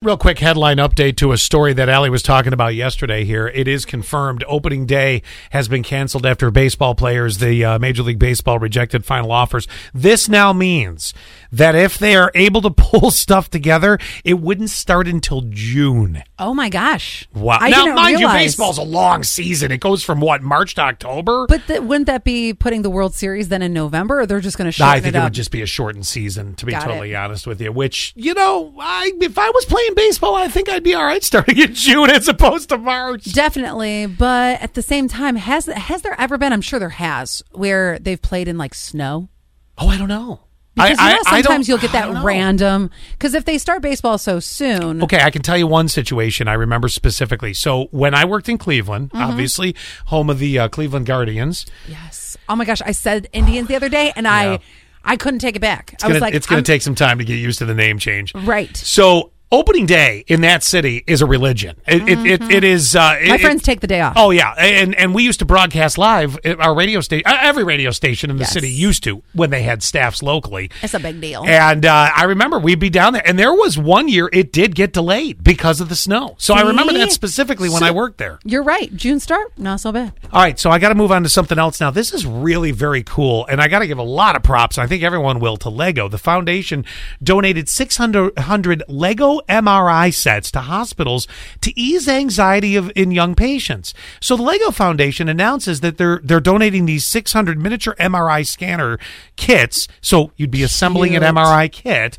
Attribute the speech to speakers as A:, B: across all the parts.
A: Real quick headline update to a story that Ali was talking about yesterday here. It is confirmed opening day has been canceled after baseball players, the uh, Major League Baseball rejected final offers. This now means that if they are able to pull stuff together, it wouldn't start until June.
B: Oh my gosh!
A: Wow.
B: I
A: now,
B: didn't
A: mind
B: realize.
A: you, baseball's a long season. It goes from what, March to October?
B: But th- wouldn't that be putting the World Series then in November? Or they're just going to shorten
A: I think it,
B: it up?
A: would just be a shortened season, to be
B: Got it.
A: totally honest with you. Which you know, I if I was playing baseball, I think I'd be all right starting in June as opposed to March.
B: Definitely, but at the same time, has has there ever been? I'm sure there has, where they've played in like snow.
A: Oh, I don't know.
B: Because
A: I,
B: you know,
A: I- I don't-
B: sometimes you'll get
A: I don't
B: that
A: know. Oh.
B: random. Because if they start baseball so soon,
A: Okay, I can tell you one situation I remember specifically. So when I worked in Cleveland,
B: Mm-hmm.
A: obviously home of the uh, Cleveland Guardians,
B: yes. Oh my gosh, I said Indians the other day, and I I couldn't take it back. I
A: It's
B: was
A: gonna,
B: like,
A: it's going
B: I'm-
A: to take some time to get used to the name change.
B: Right.
A: So opening day in that city is a religion. It it, it, it is. Uh, it-
B: Mm-hmm. My
A: it-
B: friends take the day off.
A: Oh yeah, and and we used to broadcast live. at Our radio station, every radio station in the
B: Yes.
A: city used to when they had staffs locally.
B: It's a big deal.
A: And uh, I remember we'd be down there, and there was one year it did get delayed because of the snow. So I remember
B: See?
A: that specifically when
B: So-
A: I worked there.
B: You're right. June start, not so bad.
A: All right, so I got to move on to something else now. This is really very cool, and I got to give a lot of props. and I think everyone will to Lego. The foundation donated 600 100 Lego MRI sets to hospitals to ease anxiety of in young patients. So the Lego Foundation announces that they're they're donating these 600 miniature MRI scanner kits. So you'd be assembling an
B: Cute.
A: MRI kit,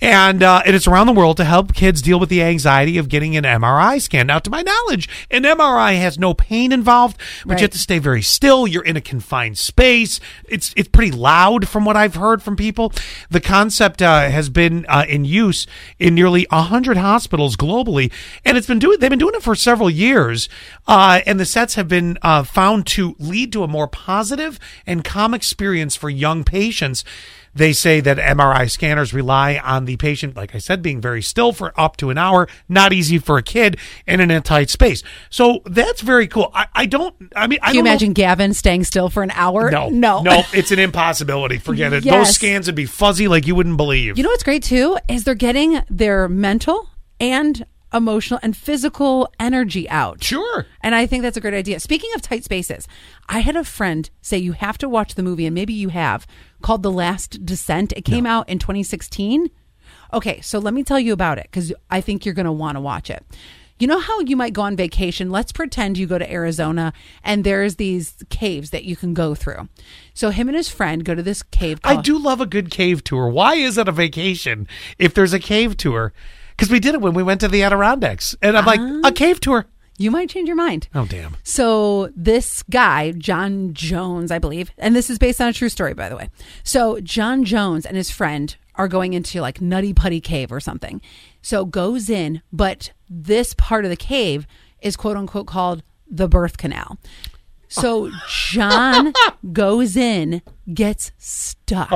A: and uh, and it's around the world to help kids deal with the anxiety of getting an MRI scan. Now, to my knowledge, an MRI has no pain involved, but you have
B: Right.
A: to stay very still. You're in a confined space. It's it's pretty loud from what I've heard from people. The concept uh, has been uh, in use in nearly hundred hospitals globally, and it's been doing. They've been doing it for several years, uh, and the sets have been uh, found to lead to a more positive and calm experience for young patients. They say that MRI scanners rely on the patient, like I said, being very still for up to an hour. Not easy for a kid and in a tight space. So that's very cool. I, I don't. I mean, I
B: Can you
A: don't know-
B: imagine Gavin staying still for an hour?
A: no,
B: no,
A: no. It's an impossibility. Forget it. Those
B: Yes.
A: scans would be fuzzy like you wouldn't believe.
B: You know what's great too is they're getting their mental and emotional and physical energy out.
A: sure.
B: And I think that's a great idea. Speaking of tight spaces, I had a friend say you have to watch the movie, and maybe you have, called The Last Descent. It came out in 2016. Okay, so let me tell you about it because I think you're going to want to watch it. You know how you might go on vacation? Let's pretend you go to Arizona and there's these caves that you can go through. So him and his friend go to this cave.
A: I
B: called-
A: do love a good cave tour. Why is it a vacation if there's a cave tour? Because we did it when we went to the Adirondacks, and I'm like, a cave tour.
B: You might change your mind.
A: Oh damn.
B: So this guy, John Jones, I believe, and this is based on a true story, by the way. So John Jones and his friend are going into like Nutty Putty Cave or something. So goes in, but this part of the cave is quote unquote called the birth canal. So John goes in, gets stuck.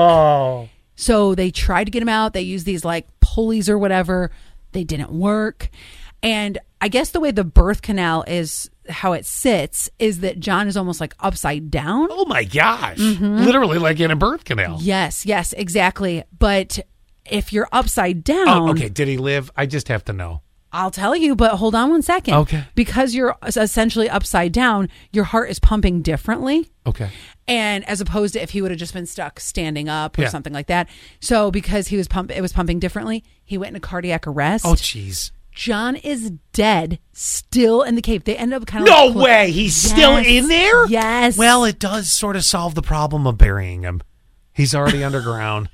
B: So they tried to get him out. They used these like pulleys or whatever. They didn't work. And I guess the way the birth canal is how it sits is that John is almost like upside down.
A: Oh my gosh. Mm-hmm. Literally like in a birth canal.
B: Yes, yes, exactly. But if you're upside down,
A: Oh, okay. Did he live? I just have to know.
B: I'll tell you, but hold on one second.
A: Okay.
B: Because you're essentially upside down, your heart is pumping differently.
A: Okay.
B: and as opposed to if he would have just been stuck standing up or
A: Yeah.
B: something like that. So because he was pump, it was pumping differently. He went into cardiac arrest.
A: Oh jeez.
B: John is dead, still in the cave. They end up kind of
A: No
B: like clo-
A: way. He's still
B: Yes.
A: in there?
B: Yes.
A: Well, it does sort of solve the problem of burying him. He's already underground.